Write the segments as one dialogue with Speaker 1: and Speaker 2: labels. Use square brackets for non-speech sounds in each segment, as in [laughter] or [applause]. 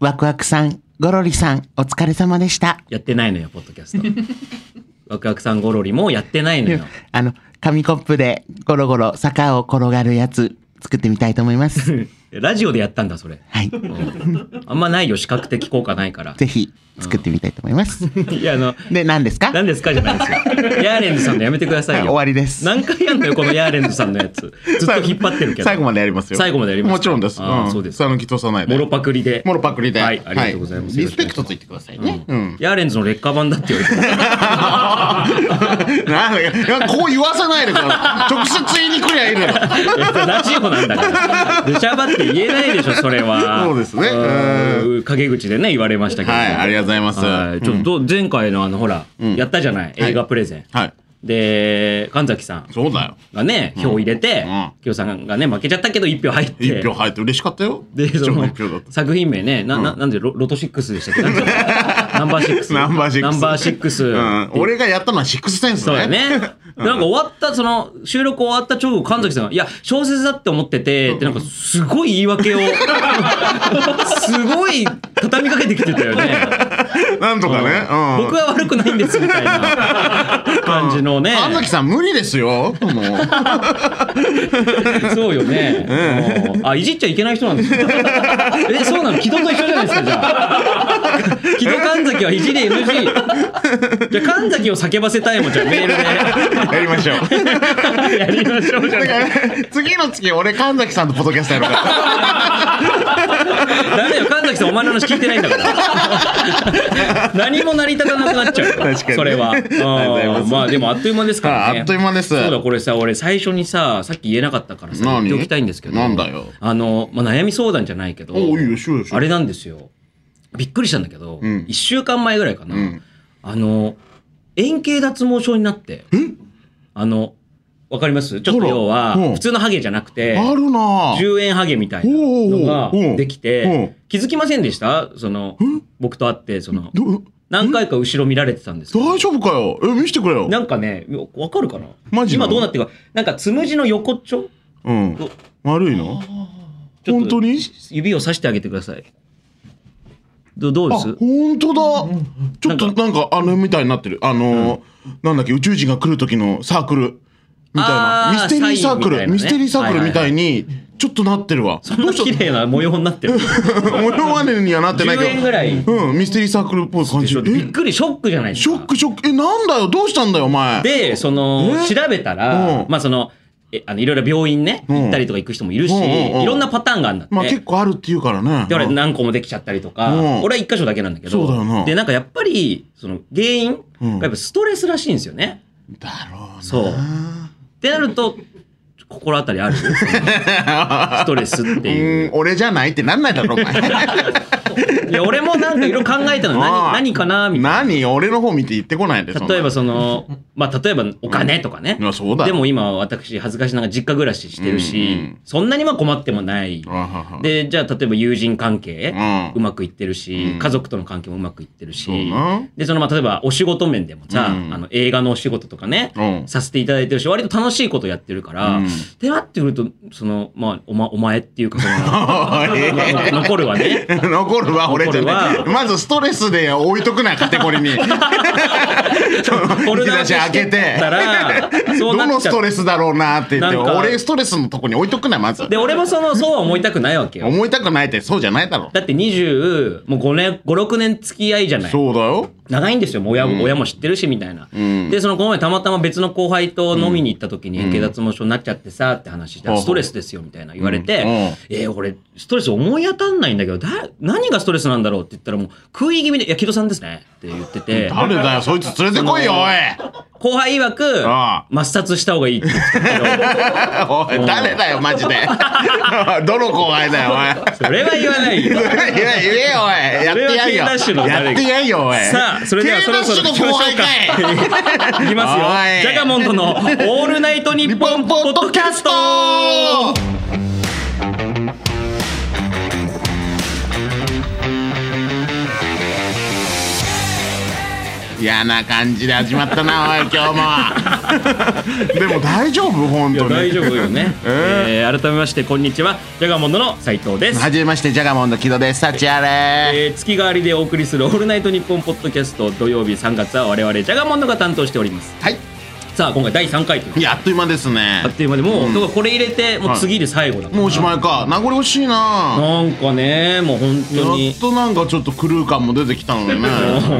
Speaker 1: ワクワクさん、ゴロリさん、お疲れ様でした。
Speaker 2: やってないのよ、ポッドキャスト。
Speaker 3: [laughs]
Speaker 2: ワクワクさんごろりもやってないのよ。
Speaker 1: あの、紙コップでゴロゴロ坂を転がるやつ作ってみたいと思います。
Speaker 2: [laughs] ラジオでやったんだ、それ。
Speaker 1: はい。
Speaker 2: うんあんまないよ、視覚的効果ないから。
Speaker 1: ぜひ作ってみたいと思い
Speaker 2: [laughs]
Speaker 1: ます。
Speaker 2: いや、あの、
Speaker 1: で、何ですか
Speaker 2: 何ですかじゃないですよ。ヤーレンズさんのやめてください
Speaker 1: はい
Speaker 2: よ。
Speaker 1: 終わりです
Speaker 2: 何回やんのよ、このヤーレンズさんのやつ。ずっと引っ張ってるけど。
Speaker 3: [laughs] 最後までやりますよ。
Speaker 2: 最後までやります
Speaker 3: もちろんです。
Speaker 2: あー
Speaker 3: ん
Speaker 2: そうです
Speaker 3: その気通さないで。
Speaker 2: モロパクリで。
Speaker 3: モロパクリで。
Speaker 2: はい、ありがとうございます。
Speaker 3: はリスペクトついてくださいね。う [laughs]
Speaker 2: うんん。。ヤーレンズの劣化版だって言われてる。
Speaker 3: [laughs] なんだよいやこう言わさないでください。直接言いに来りゃい
Speaker 2: [laughs]
Speaker 3: いのよ。
Speaker 2: いやラジオなんだから。出しゃばって言えないでしょ、それは。
Speaker 3: そうですね
Speaker 2: うん陰口でね、言われましたけど。
Speaker 3: はい、ありがとうございます。
Speaker 2: は
Speaker 3: はい
Speaker 2: ちょっと前回のあのほら、やったじゃない映画プレゼン、
Speaker 3: い。
Speaker 2: で神崎さん
Speaker 3: そうだよ。
Speaker 2: がね票入れて
Speaker 3: うん
Speaker 2: きよ、さんがね負けちゃったけど1票入って
Speaker 3: 一票入って嬉しかったよ。
Speaker 2: で
Speaker 3: 一
Speaker 2: そ
Speaker 3: 票
Speaker 2: の
Speaker 3: 一票だった。
Speaker 2: 作品名ねな、ななんでロロト6でしたっけなんだっけナンバー6
Speaker 3: [laughs] ナンバーシッ
Speaker 2: ナ
Speaker 3: クス。
Speaker 2: ンバーシックス
Speaker 3: うん。俺がやったのはシックスセンスね。
Speaker 2: そうだね。 [laughs] なんか終わった、その、収録終わった直後、神崎さんが、いや、小説だって思ってて、ってなんか、すごい言い訳を、 [laughs] すごい畳みかけてきてたよね。
Speaker 3: なんとかね。うん。
Speaker 2: 僕は悪くないんです、みたいな感じのね。
Speaker 3: 神崎さん無理ですよ。も
Speaker 2: [laughs]
Speaker 3: う。
Speaker 2: そうよね、うんあ、いじっちゃいけない人なんですよ。 [laughs] え、そうなの木戸と一緒じゃないですか、じゃ [laughs] あ。木戸神崎はいじり NG。じゃあ、神崎を叫ばせたいもん、じゃあ、メール [laughs]
Speaker 3: やりましょう。
Speaker 2: で。やりましょう、じゃあ
Speaker 3: だから次の月俺神崎さんとポッドキャスト
Speaker 2: [laughs]
Speaker 3: やるから。
Speaker 2: ダメだよ、神崎さんお前の話聞いてないんだ
Speaker 3: [laughs]
Speaker 2: から。何も成り立たなくなっちゃうよ。
Speaker 3: 確かに
Speaker 2: それは。
Speaker 3: ありがとうございます
Speaker 2: うんまあでもあっという間ですから
Speaker 3: はい
Speaker 2: ね。
Speaker 3: あっという間です
Speaker 2: そうだ、これさ、俺最初にさ、さっき言えなかったからさ、言
Speaker 3: 何
Speaker 2: っておきたいんですけど。
Speaker 3: なんだよ
Speaker 2: あの、まあ悩み相談じゃないけど、
Speaker 3: おういいよしようよしよう
Speaker 2: あれなんですよ。びっくりしたんだけど、
Speaker 3: ん
Speaker 2: 1週間前ぐらいかな
Speaker 3: うん。
Speaker 2: あの、円形脱毛症になって、あの、わかりますちょっと
Speaker 3: あら
Speaker 2: 要は
Speaker 3: うん、
Speaker 2: 普通のハゲじゃなくて、
Speaker 3: あるなぁ。
Speaker 2: 10円ハゲみたいなのが
Speaker 3: おうおうおう
Speaker 2: でき
Speaker 3: お
Speaker 2: て
Speaker 3: う、
Speaker 2: 気づきませんでしたその
Speaker 3: ん、
Speaker 2: 僕と会って、その、
Speaker 3: ど
Speaker 2: 何回か後ろ見られてたんですけど
Speaker 3: 大丈夫かよえ、見せてくれよ。
Speaker 2: なんかね、わかるかな
Speaker 3: マジな
Speaker 2: 今
Speaker 3: の
Speaker 2: どうなってるか、なんかつむじの横っちょ
Speaker 3: うん
Speaker 2: ど。
Speaker 3: 悪いの
Speaker 2: ちょっ
Speaker 3: 本
Speaker 2: と
Speaker 3: 当に
Speaker 2: 指をさしてあげてください。どどう
Speaker 3: あ、
Speaker 2: です
Speaker 3: 本当だ。ちょっとなんかあれみたいになってる。あのー、なんだっけ、宇宙人が来る時のサークル。みたいな
Speaker 2: あー
Speaker 3: ミステリーサーク
Speaker 2: サイ
Speaker 3: ル、
Speaker 2: ンみたい
Speaker 3: ミ
Speaker 2: なね
Speaker 3: ステリーサークルみたいに、ちょっとなってるわ。
Speaker 2: そんな綺麗な模様になってる。
Speaker 3: [laughs] 模様までにはなってないけ
Speaker 2: 10
Speaker 3: ど。
Speaker 2: 円ぐらい。
Speaker 3: うん、ミステリーサークルっぽい感
Speaker 2: で
Speaker 3: じ
Speaker 2: し。ょびっ
Speaker 3: え、
Speaker 2: くり、ショックじゃないです
Speaker 3: シ
Speaker 2: か。
Speaker 3: ョックショック。え、なんだよ、どうしたんだよ、お前。
Speaker 2: で、その、調べた
Speaker 3: う
Speaker 2: ら
Speaker 3: ん、
Speaker 2: まあその、えあのいろいろ病院ね、行ったりとか行く人もいるし、
Speaker 3: うんうんうん
Speaker 2: いろんなパターンがあるんだって。
Speaker 3: まあ結構あるって言うからね。
Speaker 2: で俺何個もできちゃったりとか、
Speaker 3: うん
Speaker 2: 俺は一箇所だけなんだけど
Speaker 3: そうだよな
Speaker 2: でなんかやっぱりその原因
Speaker 3: うん
Speaker 2: がやっぱストレスらしいんですよね。
Speaker 3: だろう
Speaker 2: そう。ってなると心当た
Speaker 3: [laughs]
Speaker 2: りあるそのストレスって
Speaker 3: う
Speaker 2: いう。
Speaker 3: ん、俺じゃないってなんないだろ、お前。
Speaker 2: いや俺もなんかいろいろ考えたの
Speaker 3: あ
Speaker 2: 何
Speaker 3: あ
Speaker 2: 何かなみたい
Speaker 3: [laughs] 何俺の方見て言ってこないで、そ
Speaker 2: な。
Speaker 3: んな
Speaker 2: 例えばそのまあ例えばお金とかね。
Speaker 3: いやそうだよ
Speaker 2: でも今私恥ずかしながら実家暮らししてるし、
Speaker 3: うんうん
Speaker 2: そんなにまあ困ってもない。
Speaker 3: あはは
Speaker 2: でじゃあ例えば友人関係、
Speaker 3: うん
Speaker 2: うまくいってるし、
Speaker 3: うん
Speaker 2: 家族との関係もうまくいってるし、
Speaker 3: そうな
Speaker 2: でそのまあ例えばお仕事面でもさ、
Speaker 3: うん
Speaker 2: あの映画のお仕事とかね、
Speaker 3: うん
Speaker 2: させていただいてるし割と楽しいことやってるから、
Speaker 3: うん
Speaker 2: ってなってくるとそのまあお,、ま、お前っていうかその [laughs]
Speaker 3: おい
Speaker 2: の残るはね
Speaker 3: [laughs] 残るは俺じゃな
Speaker 2: 残
Speaker 3: い。
Speaker 2: る
Speaker 3: まずストレスで置いとくな、カテゴリ
Speaker 2: [laughs]
Speaker 3: ーに。
Speaker 2: フォル
Speaker 3: 引き
Speaker 2: ダ
Speaker 3: 出し開けて
Speaker 2: たらそう
Speaker 3: ど
Speaker 2: な
Speaker 3: の
Speaker 2: っち
Speaker 3: ス
Speaker 2: ゃ
Speaker 3: ト
Speaker 2: う
Speaker 3: レスだろうなって言って、
Speaker 2: なんか
Speaker 3: 俺ストレスのとこに置いとくな、まず。
Speaker 2: で俺もそのそうは思いたくないわけよ
Speaker 3: 思いたくないってそうじゃないだろ。
Speaker 2: だって25年56年付き合いじゃない
Speaker 3: そうだよ。
Speaker 2: 長いんですよもう親,、親も知ってるしみたいな、
Speaker 3: ん
Speaker 2: でそのこの前たまたま別の後輩と飲みに行った時に円形脱毛症になっちゃってさって話して、
Speaker 3: うん
Speaker 2: ストレスですよみたいな言われて、
Speaker 3: うんうん
Speaker 2: えー俺ストレス思い当たんないんだけどだ何がストレスなんだろうって言ったらもう食い気味で「いや木戸さんですね」って言ってて
Speaker 3: 誰だよ、そいつ連れてこいよ、おい。
Speaker 2: 後輩曰く
Speaker 3: ああ
Speaker 2: 抹殺した方がいいって言ってたけど
Speaker 3: おい、誰だよ、マジで。 [laughs] どの後輩だよ、おい。 [laughs]
Speaker 2: それは言わないよ
Speaker 3: いや言えよ、おい。やってやん
Speaker 2: それ
Speaker 3: よ。
Speaker 2: は K ダッシュの誰
Speaker 3: やってやんよ、おい。
Speaker 2: さあそれでは
Speaker 3: K
Speaker 2: そろそろ
Speaker 3: ダッシュの後輩かい。
Speaker 2: いきますよ
Speaker 3: おい
Speaker 2: ジャガモンドの「オールナイトニ
Speaker 3: 日
Speaker 2: ッポ
Speaker 3: 本
Speaker 2: ン」
Speaker 3: ポ
Speaker 2: ポ
Speaker 3: ッ
Speaker 2: ッ
Speaker 3: ド
Speaker 2: ド
Speaker 3: キ
Speaker 2: キ
Speaker 3: ャ
Speaker 2: ャ
Speaker 3: ス
Speaker 2: ス
Speaker 3: ト
Speaker 2: ト
Speaker 3: 嫌な感じで始まったなお [laughs] い今日もでも大丈夫本
Speaker 2: いや
Speaker 3: 当に
Speaker 2: 大丈夫よ
Speaker 3: [laughs]
Speaker 2: ね、えー改めましてこんにちはジャガモンドの斉藤です、
Speaker 3: はじめましてジャガモンの木戸ですサチアレ
Speaker 2: えー月替わりでお送りする「オールナイトニッポン」ポッドキャスト土曜日3月は我々ジャガモンドが担当しております
Speaker 3: はい
Speaker 2: さあ今回第3回という
Speaker 3: いやあっという間ですね
Speaker 2: あっという間でもう、だからこれ入れてもう次で最後だもん
Speaker 3: もうおしまいか名残惜しいな
Speaker 2: なんかねもう本
Speaker 3: や
Speaker 2: 当に
Speaker 3: っとなんかちょっと狂う感も出てきたの [laughs] でね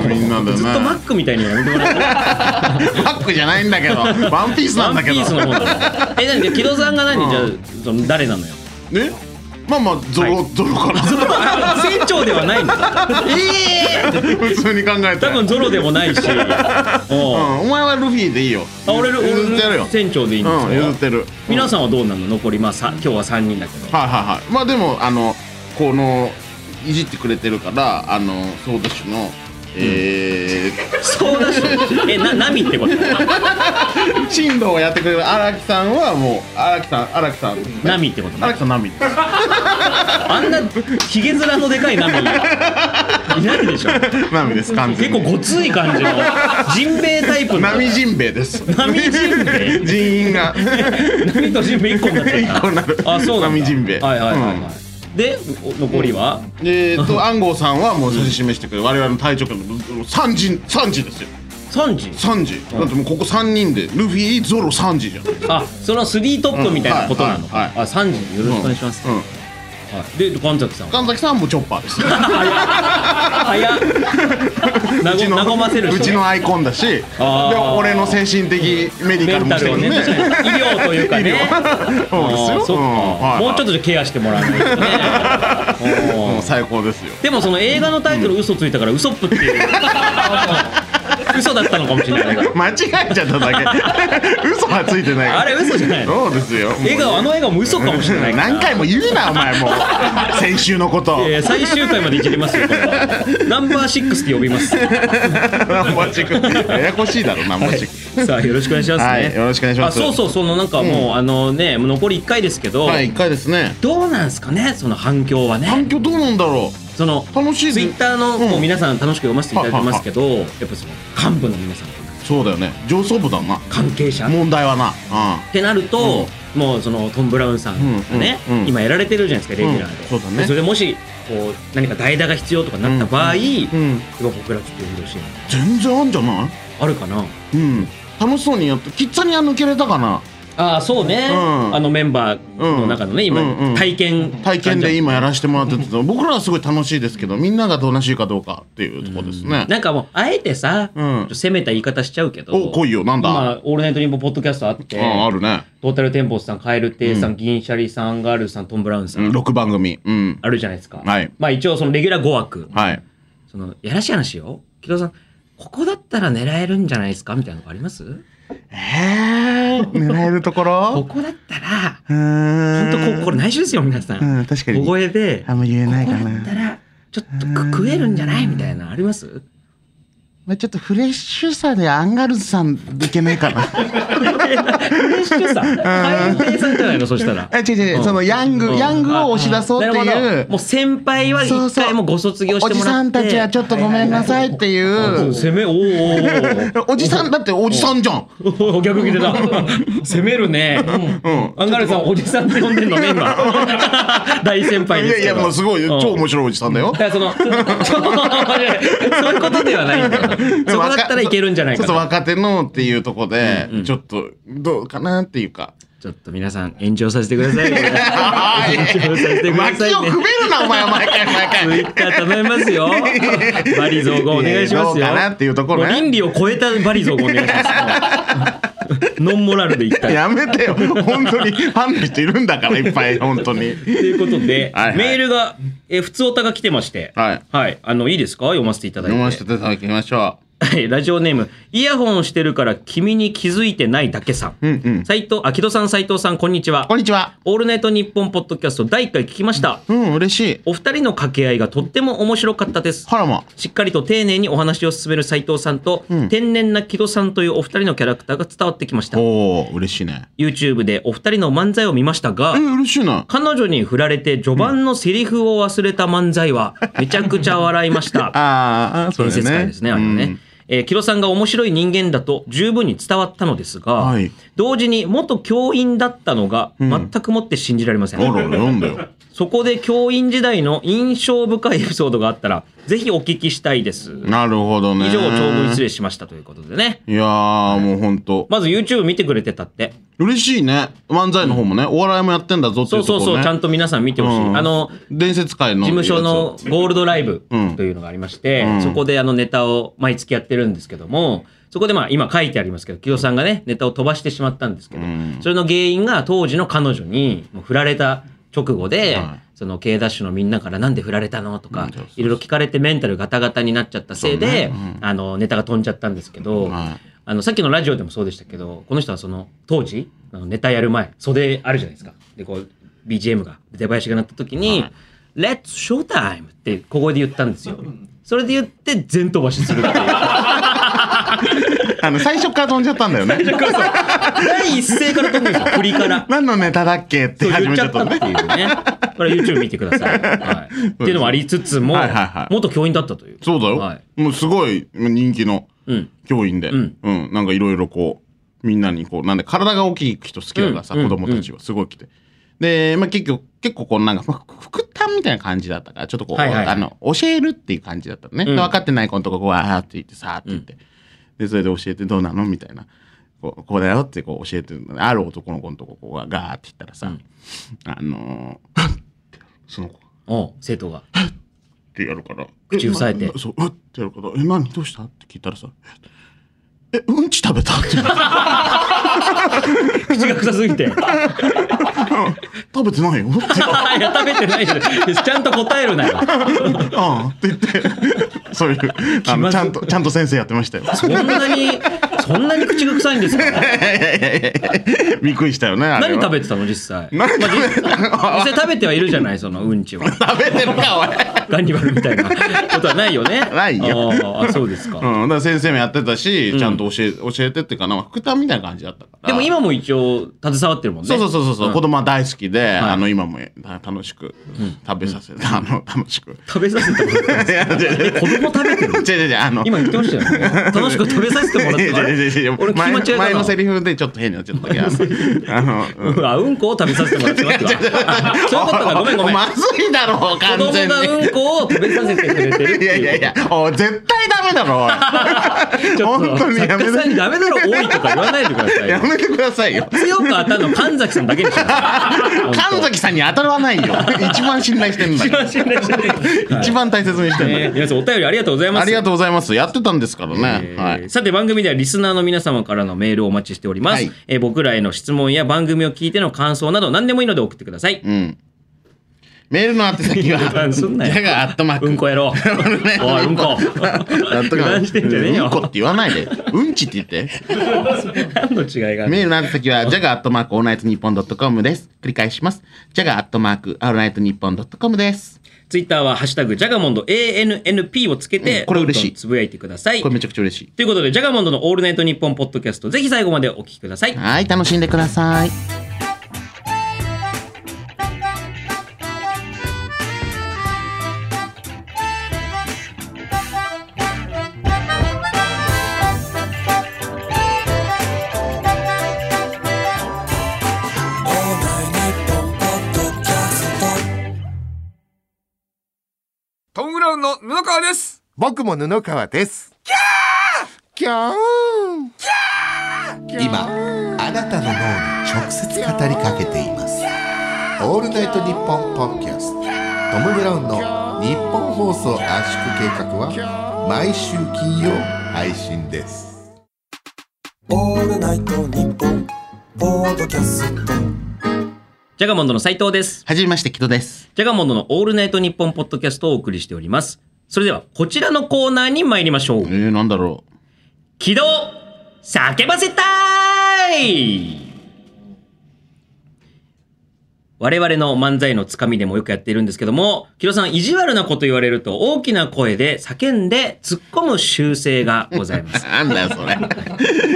Speaker 3: みんなでね
Speaker 2: ずっとマックみたいにやめてもらって
Speaker 3: バックじゃないんだけどワンピースなんだけど
Speaker 2: ワンピースの方だえなんで木戸さんが何、
Speaker 3: う
Speaker 2: じゃあその誰なのよ
Speaker 3: えまあまあゾロ、ゾロかな
Speaker 2: あ船長ではないんだ
Speaker 3: [laughs] 普通に考えた
Speaker 2: 多
Speaker 3: ら
Speaker 2: 分ゾロでもない
Speaker 3: [laughs]
Speaker 2: し
Speaker 3: う、
Speaker 2: おうん
Speaker 3: お前はルフィでいいよ
Speaker 2: あ俺俺
Speaker 3: 譲ってやるよ
Speaker 2: 船長でいいんです
Speaker 3: うん
Speaker 2: よ、
Speaker 3: 譲ってる
Speaker 2: 皆さんはどうなの残りまあさ今日は3人だけど
Speaker 3: はいはいはいまあでもあのこのいじってくれてるからあのソーダシュのえ
Speaker 2: そうだしえな波ってこと
Speaker 3: ー、進路をやってくれる荒木さんはもう荒木さん荒木さん
Speaker 2: 波ってこと
Speaker 3: 荒木さん
Speaker 2: [laughs]
Speaker 3: ナミ
Speaker 2: あんなひげ面のでかい波いないでしょ
Speaker 3: ナミです完
Speaker 2: 結
Speaker 3: 全に
Speaker 2: 構ごつい感じのジンベエタイプの
Speaker 3: ナミジンベエです
Speaker 2: ナミジンベエ
Speaker 3: 人員が
Speaker 2: 波とジンベエ1個になっ
Speaker 3: [laughs]
Speaker 2: ちゃった
Speaker 3: 一個になる
Speaker 2: あそうなんだ
Speaker 3: 波ジンベエ
Speaker 2: はいはいはい、はいでお残りは、
Speaker 3: え
Speaker 2: [laughs]
Speaker 3: ーと安郷さんはもう指し示してくれる我々の隊長官の3時三時ですよ
Speaker 2: 3時
Speaker 3: 3時だってもうここ3人でルフィゾロ3時じゃん
Speaker 2: あそのスリートップみたいなことなのか、
Speaker 3: うんはいはい
Speaker 2: あ3時よろしくお願いします、
Speaker 3: うんうん
Speaker 2: はい、で神崎さんは
Speaker 3: 神崎さんもチョッパ
Speaker 2: [laughs]
Speaker 3: ーです
Speaker 2: 早っなご和ませる人
Speaker 3: [laughs] うちのアイコンだしで
Speaker 2: あー
Speaker 3: 俺の精神的メディ
Speaker 2: メ
Speaker 3: カ
Speaker 2: ン
Speaker 3: ル
Speaker 2: タ
Speaker 3: もして
Speaker 2: ルを
Speaker 3: る
Speaker 2: ね
Speaker 3: ね
Speaker 2: 確かに医療というかね
Speaker 3: そうです
Speaker 2: あ
Speaker 3: よ
Speaker 2: ーそっか
Speaker 3: うんはい
Speaker 2: もうちょっとじゃケアしてもらわないとねお
Speaker 3: もう
Speaker 2: ー
Speaker 3: 最高ですよ
Speaker 2: でもその映画のタイトル嘘ついたから嘘っぷっていう
Speaker 3: [laughs]
Speaker 2: 嘘だったのかもしれないから
Speaker 3: 間違えちゃっただ
Speaker 2: [laughs]
Speaker 3: け嘘はついてない
Speaker 2: あれ嘘じゃないの
Speaker 3: そうですよ
Speaker 2: 笑顔あの笑顔も嘘かもしれないから
Speaker 3: 何回も言うなお前もう
Speaker 2: [laughs]
Speaker 3: 先週のこと
Speaker 2: いやいや最終回までいじりますよこれ
Speaker 3: [laughs]
Speaker 2: はナンバー6って呼びます
Speaker 3: ナンバーチックってややこしいだろナンバーチック
Speaker 2: さあよろしくお願いしますね、
Speaker 3: はいよろしくお願いします
Speaker 2: あそうそうそのなんかもう、あのねもう残り1回ですけど、
Speaker 3: はい一回ですね
Speaker 2: どうなんすかねその反響はね
Speaker 3: 反響どうなんだろ
Speaker 2: その
Speaker 3: う楽しい
Speaker 2: ツイッターのもう皆さん楽しく読ませていただいてますけど、やっぱその幹部の皆さんとか
Speaker 3: そうだよね上層部だな
Speaker 2: 関係者っ
Speaker 3: 問題はな
Speaker 2: てなると、もうそのトム・ブラウンさんがね、
Speaker 3: うんうんうん
Speaker 2: 今やられてるじゃないですかレギュラーで、
Speaker 3: うんそうだね
Speaker 2: でそれでもしこう何か代打が必要とかなった場合、や
Speaker 3: う
Speaker 2: っ
Speaker 3: んうん
Speaker 2: ぱ僕らちょっと呼んでほしいな
Speaker 3: 全然あんじゃない
Speaker 2: あるかな
Speaker 3: うん楽しそうにやってキッザニア抜けれたかな
Speaker 2: ああそうね、
Speaker 3: うん
Speaker 2: あのメンバーの中のね、今、
Speaker 3: うんうん
Speaker 2: 体験
Speaker 3: 体験で今やらせてもらってて僕らはすごい楽しいですけどみんながどうなしいかどうかっていうとこですね、
Speaker 2: なんかもうあえてさ、
Speaker 3: うん
Speaker 2: ちょっと攻めた言い方しちゃうけど
Speaker 3: お来いよなんだ、
Speaker 2: 今「オールナイトニッポン」ポッドキャストあって
Speaker 3: ああるね、
Speaker 2: トータルテンボスさん、カエルテイさん、銀シャリさん、ガールズさん、トム・ブラウンさ、
Speaker 3: うんん、6番組うん
Speaker 2: あるじゃないですか。
Speaker 3: はい
Speaker 2: まあ一応そのレギュラー5枠。
Speaker 3: はい
Speaker 2: その、やらしい話よ。木戸さん、ここだったら狙えるんじゃないですかみたいなのがあります
Speaker 3: ええー、狙えると
Speaker 2: [laughs]
Speaker 3: こ
Speaker 2: こ
Speaker 3: ろ
Speaker 2: こだったら、
Speaker 1: うーん
Speaker 2: 本当ここれ内緒ですよ、皆さん。
Speaker 1: うん確か
Speaker 2: 小
Speaker 1: に
Speaker 2: 声で、
Speaker 1: あんま言えないか
Speaker 2: ここだった
Speaker 1: な
Speaker 2: ら、ちょっとく食えるんじゃないみたいなのあります
Speaker 1: まあちょっとフレッシュさでアンガールズさんいけないかな
Speaker 2: [laughs] 嬉しくさ、カエルテイさんじゃないのそしたら。
Speaker 1: あ違う違う違うそのヤングヤングを押し出そうって
Speaker 2: なる
Speaker 1: い
Speaker 2: ほど
Speaker 1: う
Speaker 2: もう先輩は
Speaker 1: そう
Speaker 2: 一
Speaker 1: そう
Speaker 2: 回もうご卒業し
Speaker 1: お
Speaker 2: て
Speaker 1: じ
Speaker 2: もら
Speaker 1: さ
Speaker 2: って。
Speaker 1: んたちはちょっとごめんなさいっていう
Speaker 2: 攻め、おーおー
Speaker 3: おじさんだっておじさんじゃん
Speaker 2: おー。 [laughs] お逆切れ
Speaker 3: [laughs]
Speaker 2: だ。攻めるね。
Speaker 3: うん
Speaker 2: アンガールズさん、おじさんって呼んでんのね、
Speaker 3: [laughs]
Speaker 2: 今。大先輩
Speaker 3: い
Speaker 2: です
Speaker 3: や
Speaker 2: け
Speaker 3: い
Speaker 2: ど。
Speaker 3: やもうすごいよ超面白いおじさんだよ
Speaker 2: だからその、 [laughs] そういうことではないんだよ。そこだったらいけるんじゃないか
Speaker 3: そうそう
Speaker 2: な。
Speaker 3: 若手のっていうとこで、ちょっとどうかなっていうか
Speaker 2: ちょっと皆さん、炎上させてくださいね。
Speaker 3: [laughs]
Speaker 2: 炎上させてくださ
Speaker 3: 薪
Speaker 2: い
Speaker 3: を
Speaker 2: ね
Speaker 3: く。べるなお前は毎回毎
Speaker 2: [laughs] ツイ
Speaker 3: 回
Speaker 2: ッター頼みます
Speaker 3: [laughs]
Speaker 2: よ。バリ増語お願いします
Speaker 3: い
Speaker 2: よ。
Speaker 3: やどうかなっていうところね
Speaker 2: も倫理を超えたバリ増語お願い
Speaker 3: [laughs]
Speaker 2: します。ノンモラルでいった [laughs] い。
Speaker 3: やめてよ本当にファンの人いるんだからいっぱい本当に
Speaker 2: ということで、
Speaker 3: [laughs] はいはい
Speaker 2: メールが、えー、普通おたが来てまして、
Speaker 3: はい
Speaker 2: あの、いいですか読ませていただいて。
Speaker 3: 飲ませていただきましょ
Speaker 2: はいラジオネーム、イヤホンしてるから君に気づいてないだけさん。
Speaker 3: うんうん
Speaker 2: 斉藤、あ、木戸さん、斉藤さん、こんにちは
Speaker 3: うこ。んにちは
Speaker 2: オールナイトニッポンポッドキャスト第1回聞きました。
Speaker 3: うん嬉しい
Speaker 2: お二人の掛け合いがとっても面白かったです。
Speaker 3: ハラマ
Speaker 2: しっかりと丁寧にお話を進める斉藤さんと、天然な木戸さんというお二人のキャラクターが伝わってきました。
Speaker 3: おお嬉しいね
Speaker 2: YouTube でお二人の漫才を見ましたが、
Speaker 3: え嬉しいな
Speaker 2: 彼女に振られて序盤のセリフを忘れた漫才はめちゃくちゃ笑いました。
Speaker 3: [laughs] あーあーそう
Speaker 2: 伝説
Speaker 3: だよ
Speaker 2: 回
Speaker 3: ね
Speaker 2: ですね、あれはね。えー、木戸さんが面白い人間だと十分に伝わったのですが、
Speaker 3: はい
Speaker 2: 同時に元教員だったのが
Speaker 3: ん
Speaker 2: 全くもって信じられません、
Speaker 3: あら、なんだよ。
Speaker 2: そこで教員時代の印象深いエピソードがあったらぜひお聞きしたいです
Speaker 3: なるほどね。
Speaker 2: 以上長文失
Speaker 3: 礼。
Speaker 2: 礼しましたということでね
Speaker 3: いやー、もうほんと。
Speaker 2: まず YouTube 見てくれてたって
Speaker 3: 嬉しいね。漫才の方もね、お笑いもやってんだぞって
Speaker 2: そ
Speaker 3: いううと
Speaker 2: そう
Speaker 3: こ
Speaker 2: そう、
Speaker 3: ろね。
Speaker 2: ちゃんと皆さん見てほしい、
Speaker 3: うん
Speaker 2: あの
Speaker 3: 伝説界の
Speaker 2: 事
Speaker 3: やつを。
Speaker 2: 務所のゴールドライブ
Speaker 3: うん
Speaker 2: というのがありまして、
Speaker 3: うん
Speaker 2: そこであのネタを毎月やってるんですけどもそこでまあ今書いてありますけど木戸さんがねネタを飛ばしてしまったんですけど、
Speaker 3: うん
Speaker 2: それの原因が当時の彼女にもう振られた直後で、
Speaker 3: はい
Speaker 2: その K ダッシュのみんなから「なんで振られたの?」と
Speaker 3: う
Speaker 2: か
Speaker 3: んそうそうそう
Speaker 2: いろいろ聞かれてメンタルガタガタになっちゃったせいで、
Speaker 3: そうねうん
Speaker 2: あのネタが飛んじゃったんですけど、
Speaker 3: はい
Speaker 2: あのさっきのラジオでもそうでしたけどこの人はその当時あのネタやる前袖あるじゃないですかでこう BGM が出囃子が鳴った時に「Let's Showtime!」って小声で言ったんですよそれで言って全飛ばしするっていう
Speaker 3: あの、最初から飛んじゃったんだよね。
Speaker 2: 第一声から飛ぶんですよ振りから
Speaker 3: 何のネタだっけって
Speaker 2: そう
Speaker 3: [laughs] 始
Speaker 2: 言っち
Speaker 3: めち
Speaker 2: ゃ
Speaker 3: ゃ
Speaker 2: っ
Speaker 3: ったた
Speaker 2: って
Speaker 3: ね。
Speaker 2: いうねこれ YouTube 見てください、はい、っていうのもありつつも、
Speaker 3: はいはいはい
Speaker 2: 元教員だったという
Speaker 3: そうだよ、
Speaker 2: はい
Speaker 3: もうすごい人気の
Speaker 2: うん
Speaker 3: 教員で、
Speaker 2: う
Speaker 3: うんんなんかいろいろこうみんなにこうなんで体が大きい人好きだからさ、
Speaker 2: うん
Speaker 3: 子供たちはすごい来て。で、まあ、結局結構こうなんか、まあ、副担みたいな感じだったからちょっとこう、
Speaker 2: はいはいはい
Speaker 3: あの教えるっていう感じだったのね、
Speaker 2: うん
Speaker 3: で分かってない子のとここうわーって言ってさーって言って、でそれで教えてどうなのみたいなこうこうだよってこう教えてるのねある男の子のとここうがガーって言ったらさ、
Speaker 2: うん
Speaker 3: あのーその子
Speaker 2: おう生徒が
Speaker 3: ってやるから
Speaker 2: 口塞えて
Speaker 3: えななそううっってやるから「え何どうした?」って聞いたらさ「ええうんち食べた?」って [laughs] 言う
Speaker 2: 口が臭すぎてい
Speaker 3: 食べてないよ」って「あ
Speaker 2: や食べてないじゃんちゃんと答えるなよ
Speaker 3: あ」って言って [laughs] そういうあ
Speaker 2: 気ま
Speaker 3: の
Speaker 2: ず
Speaker 3: ちゃんとちゃんと先生やってまし
Speaker 2: [laughs]
Speaker 3: たよ。
Speaker 2: そんなに、そんなに口が臭いんですか
Speaker 3: びっくりしたよねあれ
Speaker 2: 何
Speaker 3: は
Speaker 2: 食べてたの実際。
Speaker 3: 何 [laughs] 食べてんの
Speaker 2: 実際食べてはいるじゃないそのうんちは。
Speaker 3: 食べて
Speaker 2: [laughs]
Speaker 3: るか
Speaker 2: ガンニバルみ
Speaker 3: [laughs]
Speaker 2: たいなことはないよね。
Speaker 3: ないよ
Speaker 2: あーあ、そうです
Speaker 3: お
Speaker 2: か。
Speaker 3: い、うん、だから先生もやってたし、ちゃんと教え教えてっていうかな副担みたいな感じだったから
Speaker 2: でも今も一応、携わってるもんね。
Speaker 3: そうそうそうそうそう、
Speaker 2: ん
Speaker 3: 子供は大好きで、あの今も楽しく食べさせて、あの楽しく
Speaker 2: 食べさせてもらってます
Speaker 3: いや違う違う
Speaker 2: え子供食べ
Speaker 3: [laughs]
Speaker 2: てる
Speaker 3: 違う違う違うあの
Speaker 2: 今言ってましたよね。楽しく食べさせてもらってあれ俺聞き間違えた
Speaker 3: 前
Speaker 2: な
Speaker 3: 前のセリフでちょっと変になっちゃったけどあのあのうん
Speaker 2: うんあ、うんこを食べさせてもらってますわ。あそういうこと
Speaker 3: [laughs]
Speaker 2: か。ごめんごめん。子
Speaker 3: まずいだろう完
Speaker 2: 供
Speaker 3: 全に
Speaker 2: がうんこを食べさせてくれてるっていう。
Speaker 3: いやいやいやおい絶対ダメだろ
Speaker 2: ちょっと、
Speaker 3: 本当にやめて
Speaker 2: 作家さんにダメだろ、多いとか言わないでくださ
Speaker 3: お
Speaker 2: い
Speaker 3: い
Speaker 2: よ
Speaker 3: [laughs] や。めてくださいよ
Speaker 2: 強く当たるの神崎さんだけにしよう
Speaker 3: 神崎さんに当たらないよ一番信頼してるんだ
Speaker 2: 一
Speaker 3: から
Speaker 2: 番信頼してない
Speaker 3: 一番大切にしてるんだか
Speaker 2: えー
Speaker 3: ら
Speaker 2: 皆さんお便りありがとうございます
Speaker 3: ありがとうございますやってたんですから
Speaker 2: え
Speaker 3: ね
Speaker 2: ー
Speaker 3: はい
Speaker 2: さて番組ではリスナーの皆様からのメールをお待ちしております、
Speaker 3: はい
Speaker 2: えー僕らへの質問や番組を聞いての感想など何でもいいので送ってください、
Speaker 3: うんメールの宛先
Speaker 2: そんな
Speaker 3: は
Speaker 2: よ
Speaker 3: ジャガーアットマーク
Speaker 2: うんこや
Speaker 3: [laughs]
Speaker 2: ろうおい [laughs] うんこ
Speaker 3: なんとか
Speaker 2: 油断してんじゃねえよ
Speaker 3: うんこって言わないで。うんちって言って。
Speaker 2: 何の違いがある
Speaker 3: メールの宛先は、ジャガーアットマークオールナイトニッポンドットコムです。繰り返します。ジャガーアットマークオールナイトニッポンドットコムです。
Speaker 2: ツイッターは「ハッシュタグジャガモンド ANNP」をつけて、
Speaker 3: うんこれ嬉しい
Speaker 2: どんどんつぶやいてください
Speaker 3: ことれめちゃくちゃ嬉しい。
Speaker 2: いうことでジャガモンドの「オールナイトニッポン」ポッドキャストぜひ最後までお聞きください
Speaker 3: はい、楽しんでください。
Speaker 4: トム・ブラウンの布川です
Speaker 5: 僕も布川です。キャーキャー今、あなたの脳に直接語りかけています。オールナイトニッポンポッドキャスト、トム・ブラウンの日本放送圧縮計画は、毎週金曜配信です。
Speaker 6: オールナイトニッポンポッドキャスト
Speaker 2: ジャガモンドの斉藤です
Speaker 3: はじめまして、キ戸です。
Speaker 2: ジャガモンドのオールナイトニッポンポッドキャストをお送りしております。それでは、こちらのコーナーに参りましょ
Speaker 3: え
Speaker 2: う。
Speaker 3: ー、なんだろう。
Speaker 2: 起動叫ばせたい我々の漫才のつかみでもよくやっているんですけども、木戸さん、意地悪なこと言われると大きな声で叫んで突っ込む習性がございます。
Speaker 3: なんだよそれ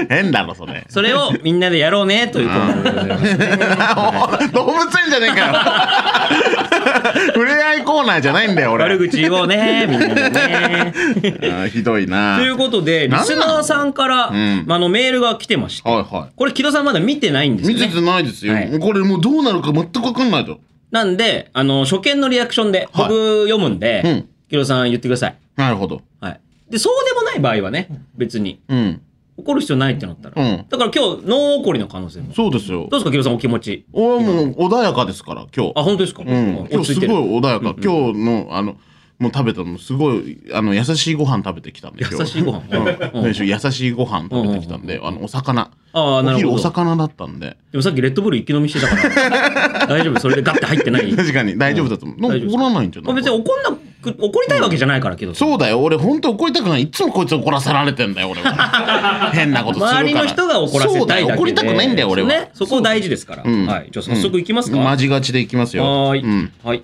Speaker 3: 変だろそれ
Speaker 2: それをみんなでやろうねというコーナーでございます。
Speaker 3: もう動物園じゃねえかよ触れ合いコーナーじゃないんだよ俺
Speaker 2: 悪口言おうね、みんなでね。
Speaker 3: あーひどいな
Speaker 2: ということで、リスナーさんから、
Speaker 3: ん
Speaker 2: まああのメールが来てまして、
Speaker 3: はいは
Speaker 2: これ木戸さんまだ見てないんで
Speaker 3: い
Speaker 2: す
Speaker 3: 見
Speaker 2: よ
Speaker 3: て
Speaker 2: ね。
Speaker 3: てないですよ、
Speaker 2: はい
Speaker 3: これもうどうなるか全く分かんないと
Speaker 2: なんで、あの、初見のリアクションで、
Speaker 3: はい
Speaker 2: 僕読むんで、
Speaker 3: うん
Speaker 2: 木戸さん言ってください。
Speaker 3: なるほど
Speaker 2: はい。で、そうでもない場合はね、別に。
Speaker 3: うん
Speaker 2: 怒る必要ないってなったら。
Speaker 3: うん
Speaker 2: だから今日、ノー怒りの可能性も。ど
Speaker 3: そうですよ
Speaker 2: うですか、木戸さんお気持ち。
Speaker 3: 俺はもう穏やかですから今日
Speaker 2: あ、本当ですか、
Speaker 3: うん、今
Speaker 2: 落
Speaker 3: 日
Speaker 2: ち
Speaker 3: す
Speaker 2: 着い
Speaker 3: ごい
Speaker 2: てる。
Speaker 3: 穏やか、今日のあのもう食べたのすごいあの優しいご飯食べてきたんで今日
Speaker 2: 優しいご飯
Speaker 3: う
Speaker 2: う
Speaker 3: ん
Speaker 2: ん
Speaker 3: 優しいご飯食べてきたんで、あのお魚
Speaker 2: ああ、な
Speaker 3: お
Speaker 2: る
Speaker 3: 昼
Speaker 2: ほ
Speaker 3: お
Speaker 2: ど。
Speaker 3: 魚だったんで
Speaker 2: でもさっきレッドブル一気飲みしてた
Speaker 3: [laughs]
Speaker 2: から、大丈夫、それでガッて入ってない。
Speaker 3: 確かに大丈夫だと思う、
Speaker 2: 大丈夫です
Speaker 3: 怒らないんじゃな
Speaker 2: まあ
Speaker 3: い
Speaker 2: 別に怒んなく、怒りたいわけじゃないから、木戸さん。
Speaker 3: そうだよ俺本当怒りたくないいつもこいつ怒らせられてんだよ
Speaker 2: [laughs]
Speaker 3: 俺は変なことするから
Speaker 2: 周りの人が怒らせ
Speaker 3: そう
Speaker 2: た
Speaker 3: だ
Speaker 2: いだけ
Speaker 3: よ
Speaker 2: で
Speaker 3: 怒りたくないんだよ俺は、
Speaker 2: ね、そこ大事ですから、
Speaker 3: うん
Speaker 2: はいじゃあ早速いきますか、
Speaker 3: うんマ
Speaker 2: は
Speaker 3: ジガチでいきますよ
Speaker 2: ーい、
Speaker 3: うん
Speaker 2: はい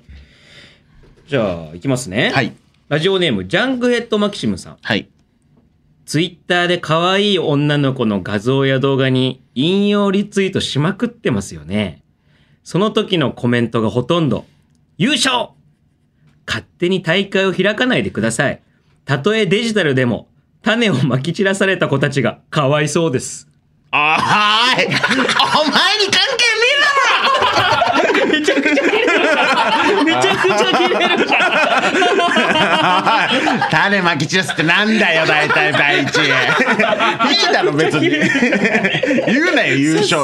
Speaker 2: じゃあいきますね
Speaker 3: はい
Speaker 2: ラジオネームジャングヘッドマキシムさん
Speaker 3: はい
Speaker 2: ツイッターで可愛い女の子の画像や動画に引用リツイートしまくってますよねその時のコメントがほとんど優勝勝手に大会を開かないでくださいたとえデジタルでも種をまき散らされた子たちがかわいそうです
Speaker 3: あーはーいお前に関係ねえだろ
Speaker 2: めちゃくちゃ切れるめちゃくちゃ切れるじゃん
Speaker 3: おい種まき散らすってなんだよ大体第
Speaker 2: [laughs]
Speaker 3: 一いいだろ別に言うなよ優勝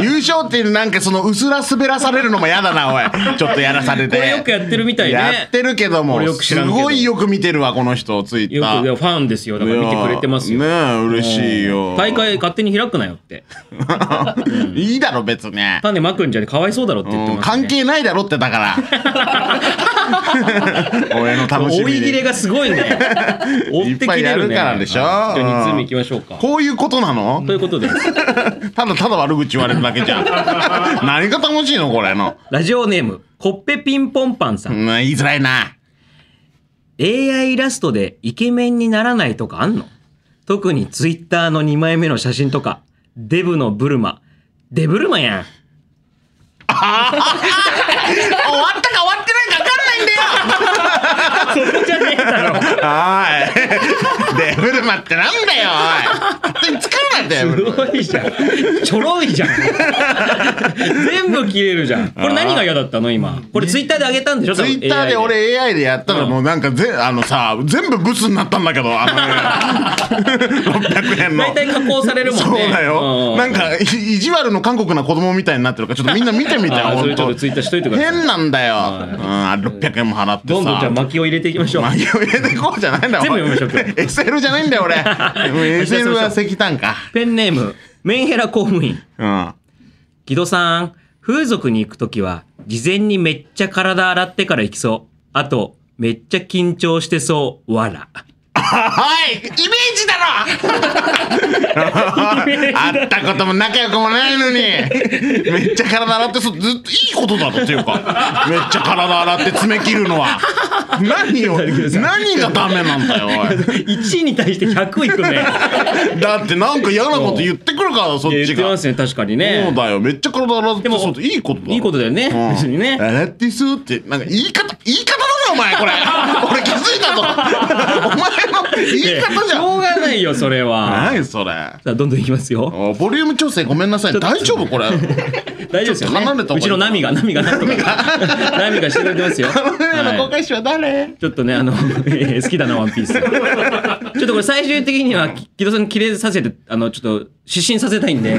Speaker 3: 優勝っていうなんかその薄ら滑らされるのも嫌だなおいちょっとやらされて
Speaker 2: これよくやってるみたいね
Speaker 3: やってるけども
Speaker 2: 俺よく知らん
Speaker 3: す
Speaker 2: けど
Speaker 3: ごいよく見てるわこの人ツイッ
Speaker 2: よ
Speaker 3: タ
Speaker 2: くいや
Speaker 3: ー
Speaker 2: ファンですよだから見てくれてますよ
Speaker 3: ねえ嬉しいよ
Speaker 2: 大会勝手に開くなよって
Speaker 3: [laughs] いいだろ別に
Speaker 2: 種まくんじゃねかわいそうだろって言って
Speaker 3: うん
Speaker 2: ますね
Speaker 3: 関係ないだろって
Speaker 2: [laughs]
Speaker 3: だから俺の楽しみ
Speaker 2: 追い切れ
Speaker 3: に
Speaker 2: がすごいね追ってき
Speaker 3: いっぱいや
Speaker 2: れる
Speaker 3: る
Speaker 2: ね
Speaker 3: からでしょ
Speaker 2: はいじゃあ2通
Speaker 3: うん
Speaker 2: 目いきましょうか
Speaker 3: こういうことなの
Speaker 2: ということで
Speaker 3: ただただ悪口言われるだけ [laughs] じゃん何が楽しいのこれの
Speaker 2: ラジオネームコッペピンポンパンさ
Speaker 3: うんん言いづらいな
Speaker 2: AI イラストでイケメンにならないとかあんの特にツイッターの2枚目の写真とかデブのブルマデブルマやん
Speaker 3: 終わったか終わってないか分かんないんだよ
Speaker 2: じゃねえだろ
Speaker 3: おいデブルマってなんだよおい勝手に使うなデブ
Speaker 2: す
Speaker 3: ルマ
Speaker 2: ごいじゃん。 [laughs] ちょろいじゃん。全部切れるじゃん。これ何が嫌だったの今。これツイッターで上げたんでしょ
Speaker 3: ツイッターで。
Speaker 2: 多分 AI
Speaker 3: 俺 AI でやったら
Speaker 2: うん
Speaker 3: もうなんかぜ、あのさ全部ブスになったんだけどあの600円の
Speaker 2: 大体加工されるもんね。
Speaker 3: そうだよ、
Speaker 2: う
Speaker 3: なんかい意地悪の韓国の子供みたいになってるからちょっとみんな見てみて
Speaker 2: あーそ
Speaker 3: ほ
Speaker 2: れ
Speaker 3: ん
Speaker 2: ちょっ
Speaker 3: と
Speaker 2: とツイッターしといてください
Speaker 3: 変なんだよ、
Speaker 2: はい
Speaker 3: うん、あれ600円も払ってさ
Speaker 2: どんどんじゃあ薪を入れていき [laughs] ましょう。
Speaker 3: まあ、入れてこうじゃないんだ
Speaker 2: 全部
Speaker 3: お
Speaker 2: 読
Speaker 3: 前
Speaker 2: みま
Speaker 3: [laughs]
Speaker 2: しょう今
Speaker 3: SL じゃないんだ
Speaker 2: [laughs]
Speaker 3: よ俺でも SL は石炭か
Speaker 2: ペンネーム、メンヘラ公務員。
Speaker 3: うん
Speaker 2: 木戸さん、風俗に行くときは、事前にめっちゃ体洗ってから行きそう。あと、めっちゃ緊張してそう。わ [laughs] ら。
Speaker 3: はいイメージだ
Speaker 2: [laughs]
Speaker 3: ろ会ったことも仲良くもないのにめっちゃ体洗ってそうずっといいことだろっていうかめっちゃ体洗って爪切るのは何
Speaker 2: [laughs]
Speaker 3: を何がダメなんだよお
Speaker 2: 1位に対して100いく
Speaker 3: [laughs]
Speaker 2: ね。
Speaker 3: いだってなんか嫌なこと言ってくるからそっ
Speaker 2: いや言
Speaker 3: ち
Speaker 2: って
Speaker 3: が
Speaker 2: ます
Speaker 3: そ
Speaker 2: ね、確かにね。
Speaker 3: うだよめっちゃ体洗って
Speaker 2: でも
Speaker 3: そうっていいことだろ
Speaker 2: いいことだよね。
Speaker 3: うん
Speaker 2: 別にね。
Speaker 3: 洗ってそうってなんか言い方言い方だなお前
Speaker 2: [laughs]
Speaker 3: これ俺気づいたぞお前の言い方じ
Speaker 2: し
Speaker 3: ゃん
Speaker 2: ょうがないよ、それは。
Speaker 3: 何それ
Speaker 2: さあ、どんどんいきますよ。
Speaker 3: おボリューム調整ごめんなさい大丈夫
Speaker 2: [laughs]
Speaker 3: これ
Speaker 2: 大丈夫ですよね
Speaker 3: ちょっと離れ。た方がいいう
Speaker 2: ちのナミが、ナミがなんとか。 [laughs] ナミがしてくれてますよ。はい
Speaker 3: 開師は誰
Speaker 2: ちょっとね、あの、え [laughs] ー好きだな、ワンピース。ちょっとこれ最終的には、き木戸さんに切れさせて、あの、ちょっと、失神させたいん
Speaker 3: [laughs]
Speaker 2: で、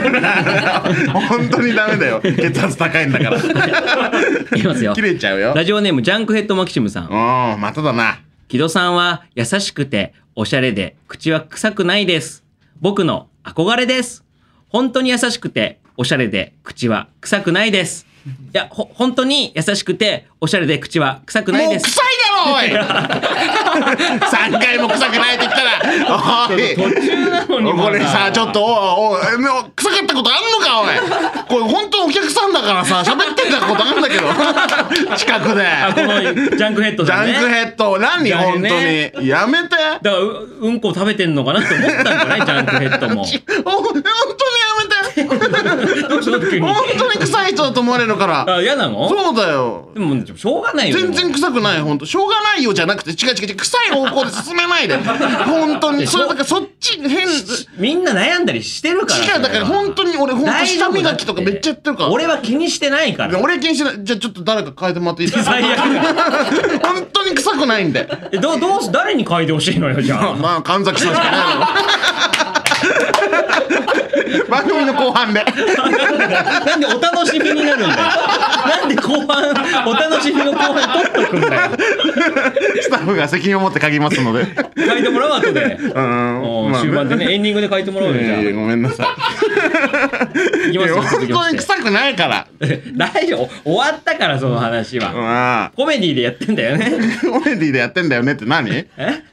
Speaker 3: 本当にダメだよ [laughs] 血圧高いんだから
Speaker 2: いきますよ
Speaker 3: 切。れちゃうよ
Speaker 2: ラジオネーム、ジャンクヘッドマキシムさん。
Speaker 3: うんまただな
Speaker 2: 木戸さんは優しくておしゃれで口は臭くないです。僕の憧れです。本当に優しくておしゃれで口は臭くないです。いや、ほ、本当に優しくておしゃれで口は臭くない
Speaker 3: もう
Speaker 2: で
Speaker 3: 臭
Speaker 2: す。
Speaker 3: いだ
Speaker 2: [laughs]
Speaker 3: ろおい三回も臭くないって言ったらおい
Speaker 2: 途中なのにまだ
Speaker 3: これさちょっとおいおいね臭かったことあんのかおいこれ本当お客さんだからさ喋ってたことあるんだ
Speaker 2: [laughs]
Speaker 3: けど近くで
Speaker 2: あこのジャンクヘッド
Speaker 3: ジ
Speaker 2: さん、ね、
Speaker 3: ャンクヘッド何
Speaker 2: ジャン
Speaker 3: 本
Speaker 2: ク
Speaker 3: 当
Speaker 2: ね
Speaker 3: にやめて
Speaker 2: だからううんこ食べてんのかなって思ったんじゃないジャンクヘッドも
Speaker 3: お本当にやめて
Speaker 2: どうした時に
Speaker 3: 本当に臭い人だと思われるから
Speaker 2: あ嫌なの
Speaker 3: そうだよ
Speaker 2: でもしょうがないよ
Speaker 3: 全然臭くない本当しょうがないよじゃなくて違う違う違う臭い方向で進めないで本当にそれだからそっち変
Speaker 2: みんな悩んだりしてるから
Speaker 3: 違うだから本当に俺本当舌磨きとかめっちゃやってるから
Speaker 2: 俺は気にしてないから
Speaker 3: 俺気にしないじゃあちょっと誰か変えてもらっていいですか
Speaker 2: 最悪だ
Speaker 3: 本当に臭くないんで
Speaker 2: えどうどうす誰に書いてほしいのよじゃあ
Speaker 3: [laughs] まあ神崎さんしかないだろ番組の後半で
Speaker 2: なんでお楽しみになるんだよなんで後半お楽しみの後半取っとくんだよ
Speaker 3: スタッフが責任を持って書きますので
Speaker 2: 書いてもらおう後で、
Speaker 3: うん
Speaker 2: もう
Speaker 3: まあ
Speaker 2: 終盤でねエンディングで書いてもらおうよ
Speaker 3: い
Speaker 2: じゃあ
Speaker 3: やいやごめんなさ
Speaker 2: い
Speaker 3: い
Speaker 2: き
Speaker 3: い
Speaker 2: ます
Speaker 3: や
Speaker 2: よ
Speaker 3: 本
Speaker 2: 続きま
Speaker 3: 当に
Speaker 2: して
Speaker 3: 臭くないから
Speaker 2: [laughs] 大丈夫終わったからその話は、
Speaker 3: まあ
Speaker 2: コメディでやってんだよね
Speaker 3: コメディでやってんだよねって何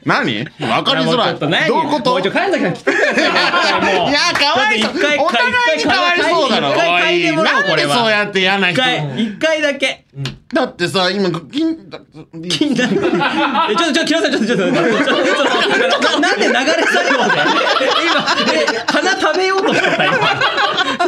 Speaker 3: 何わかりづ
Speaker 2: もう
Speaker 3: ら
Speaker 2: ちょっと何
Speaker 3: い。どういうこ
Speaker 2: も
Speaker 3: と
Speaker 2: うちょっと神崎さん来てくださいもう
Speaker 3: いや、かわいそう。
Speaker 2: ちょっと一回
Speaker 3: お互いにかわいそうだろ。お
Speaker 2: 一回嗅いで
Speaker 3: い、
Speaker 2: もらおう
Speaker 3: なんで
Speaker 2: これは
Speaker 3: そうやって嫌な
Speaker 2: 一
Speaker 3: 人。
Speaker 2: 回一回だけ
Speaker 3: だってさ、今、銀、だ
Speaker 2: 金田君えちょっとちょっと木村さんちょっとちょっとちょっとちょっとそのななんで流れ作業で今え花食べようとしてた今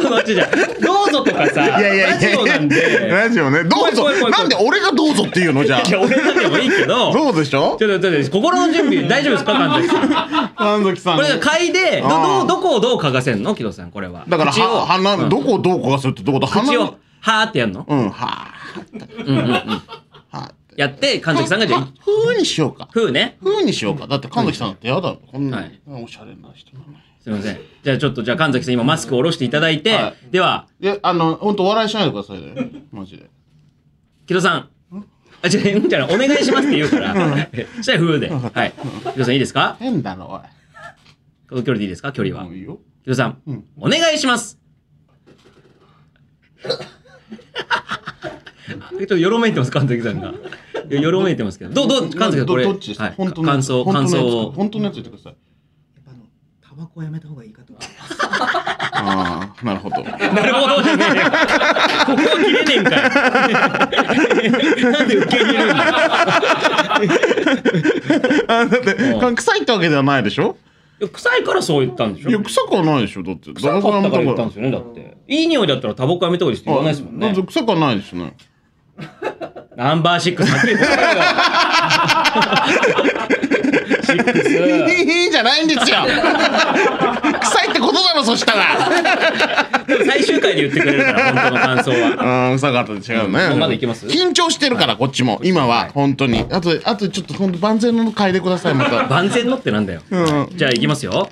Speaker 2: そのちょじゃどうぞとかさ
Speaker 3: いやいや
Speaker 2: ラ
Speaker 3: いや
Speaker 2: ジオなんで
Speaker 3: ラジオね。ど
Speaker 2: 怖い
Speaker 3: うぞ
Speaker 2: 怖い怖い怖。い
Speaker 3: なんで俺がどうぞって言うのじゃあ
Speaker 2: い。や俺なんでもいいけど
Speaker 3: どうでしょ
Speaker 2: ちょっとちょっと心の準備大丈夫ですか神崎さん
Speaker 3: 神崎さん。
Speaker 2: これが
Speaker 3: だ
Speaker 2: 嗅いでど
Speaker 3: あ
Speaker 2: ど
Speaker 3: ー
Speaker 2: どこをどう嗅がせんの木戸さんこれは
Speaker 3: から、
Speaker 2: 口を
Speaker 3: は鼻、どこをどうこうがするってどこと
Speaker 2: 口
Speaker 3: 鼻
Speaker 2: をはーってやるの
Speaker 3: うん、は
Speaker 2: うんうんうん
Speaker 3: あ。
Speaker 2: やって神崎さんがじゃあ
Speaker 3: ふうにしようか。
Speaker 2: ふうね
Speaker 3: ふうにしようか。だって神崎さんだって嫌だろ。こん
Speaker 2: は、
Speaker 3: ないおしゃれな人なのに。
Speaker 2: すいませんじゃあちょっとじゃあ神崎さん今マスクを下ろしていただいて、
Speaker 3: は
Speaker 2: ではい
Speaker 3: や、あの、ほんと笑いしないでくださいね。マジで。
Speaker 2: 木戸さんあ、じゃあ、うんじゃない、お願いしますって言うから。そしたら、ふうで。はい。木戸さん、いいですか
Speaker 3: 変だろ、おい。
Speaker 2: この距離でいいですか距離は
Speaker 3: もう。いいよ。
Speaker 2: 木戸さん、お願いし
Speaker 3: [laughs]
Speaker 2: ます。ちょっとよろめいてます、神崎さんが。いやよろめいてますけど。どう、どう、神崎さん、これ。
Speaker 3: どどっちですか、
Speaker 2: はい
Speaker 3: 本当の
Speaker 2: 感想、
Speaker 3: 本当
Speaker 2: 感
Speaker 3: のやつ
Speaker 2: 想を。
Speaker 3: 本当のやつ言ってください。
Speaker 7: タバコやめた方がいいかと。
Speaker 3: ああ、な
Speaker 2: [laughs]
Speaker 3: るほど。
Speaker 2: なるほどじゃねえよ。ここは切れねえんかい。なんで受け入れるんだ
Speaker 3: あだって、臭いってわけではないでしょ
Speaker 2: いや臭いからそう言ったんでしょ
Speaker 3: いや、臭くはないでしょだって。
Speaker 2: 臭かったから言ったんです
Speaker 3: よ。
Speaker 2: よね、だって。いい匂いだったらタバコやめた方がいいですって言わないですもん
Speaker 3: あだ
Speaker 2: ね
Speaker 3: っ。て臭くはないですね。
Speaker 2: ナンバーシックス初めてだよ。シックス。
Speaker 3: いいじゃないんです [laughs] よ臭いってことだろ、そしたら
Speaker 2: 最終回で言ってくれるから、本当の感想は。
Speaker 3: うん、臭かったで違うね。
Speaker 2: もうまだいけます
Speaker 3: 緊張してるから、こっちも。今は、本当に。あと、あとちょっと本当万全の嗅いでください、ま [laughs] た。
Speaker 2: 万全のってなんだよ。
Speaker 3: うん。
Speaker 2: じゃあ、いきますよ。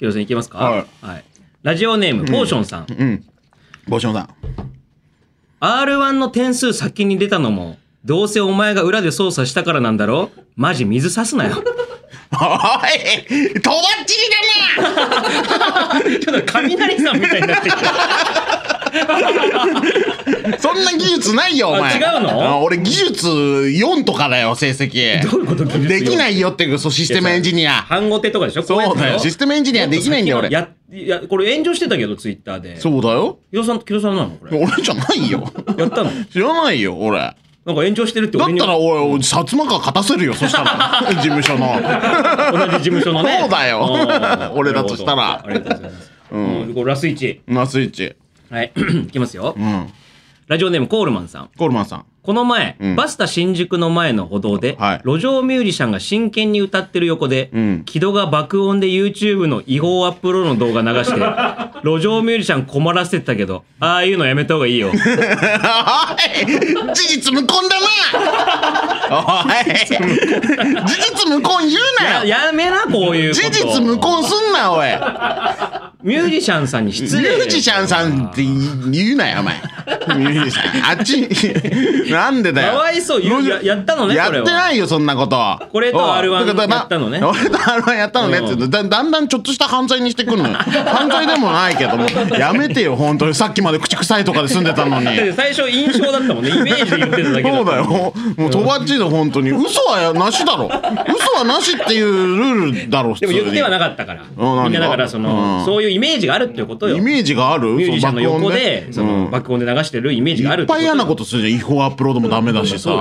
Speaker 2: ヒロさん、いきますか
Speaker 3: は
Speaker 2: はい。ラジオネーム、ポーションさん。
Speaker 3: うん。帽子さん。
Speaker 2: R1 の点数先に出たのも、どうせお前が裏で操作したからなんだろうマジ水差すな [laughs] よ。
Speaker 3: おいとばっちりだな
Speaker 2: ちょっと雷さんみたいになってきた。
Speaker 3: そんな技術ないよ、お前。
Speaker 2: あ違うの
Speaker 3: あ俺、技術4とかだよ、成績。
Speaker 2: [laughs] どう [laughs] いうこと技術
Speaker 3: できないよって、そう、システムエンジニア。
Speaker 2: 半後手とかでしょこや
Speaker 3: そ
Speaker 2: つ
Speaker 3: うだよ、システムエンジニアできないんだよ、俺。
Speaker 2: や、いや、これ炎上してたけど、ツイッターで。
Speaker 3: そうだよ。
Speaker 2: ヒロさんと木戸さんなのこれ。
Speaker 3: 俺じゃないよ。
Speaker 2: やったの
Speaker 3: 知らないよ、俺。だ
Speaker 2: なんか炎上してるって俺
Speaker 3: っ
Speaker 2: に
Speaker 3: たら、俺、俺薩摩川勝たせるよ、そしたら。事務所の。
Speaker 2: 同じ事務所のね。
Speaker 3: そうだよ
Speaker 2: あー
Speaker 3: [laughs] 俺だとしたら
Speaker 2: なるほどありがとうございます。うん、これラス1。
Speaker 3: ナスイッチ。
Speaker 2: はい、 [clears throat] いきますよ。
Speaker 3: うん。
Speaker 2: ラジオネームコールマンさん。
Speaker 3: コールマンさん。
Speaker 2: この前、
Speaker 3: うん
Speaker 2: バスタ新宿の前の歩道で、
Speaker 3: はい
Speaker 2: 路上ミュージシャンが真剣に歌ってる横で、
Speaker 3: うん
Speaker 2: 木戸が爆音で YouTube の違法アップロードの動画流
Speaker 3: [laughs]
Speaker 2: して、路上ミュージシャン困らせてたけど、ああいうのやめた方がいいよ。
Speaker 3: おい事実無根だなおい事実無根言うな
Speaker 2: や
Speaker 3: よ
Speaker 2: やめな、こういうこと。
Speaker 3: 事実無根すんな、おい
Speaker 2: ミュージシャンさんに失
Speaker 3: ミ
Speaker 2: 礼。
Speaker 3: ュージシャンさんって言うなよ、お前。
Speaker 2: [laughs]
Speaker 3: ミュージシャン。あっち、なんでだよ。
Speaker 2: かわいそう言うややったのね
Speaker 3: やっ
Speaker 2: それ
Speaker 3: て
Speaker 2: は
Speaker 3: ないよ、そんなこと。
Speaker 2: これと
Speaker 3: おう
Speaker 2: R1
Speaker 3: だからな
Speaker 2: やったのね
Speaker 3: 俺と R1 やったのねって言うとだ、だんだんちょっとした犯罪にして
Speaker 2: [laughs]
Speaker 3: くるのよ。犯罪でもないけども。やめてよ、本当に。さっきまで口臭いとかで住んでたのに。
Speaker 2: だって最初印象だったもんね。イメージで言ってただけだ
Speaker 3: そ
Speaker 2: っ
Speaker 3: う
Speaker 2: た
Speaker 3: だよ。もう、とばっちりだ、本当に。嘘はなしだろ。嘘はなしっていうルールだろ、普
Speaker 2: で
Speaker 3: 通
Speaker 2: も
Speaker 3: に。
Speaker 2: 言ってはなかったから。
Speaker 3: 何が
Speaker 2: みんなだからその、
Speaker 3: うん
Speaker 2: そういうイメージがあるっていうことよ。
Speaker 3: イメージがある
Speaker 2: ミュージシャンの
Speaker 3: そ
Speaker 2: 横で、その、
Speaker 3: 爆音
Speaker 2: 爆音で流してるイメージがある
Speaker 3: いっぱい嫌なこととするじゃん違法アップロードもダメだしさな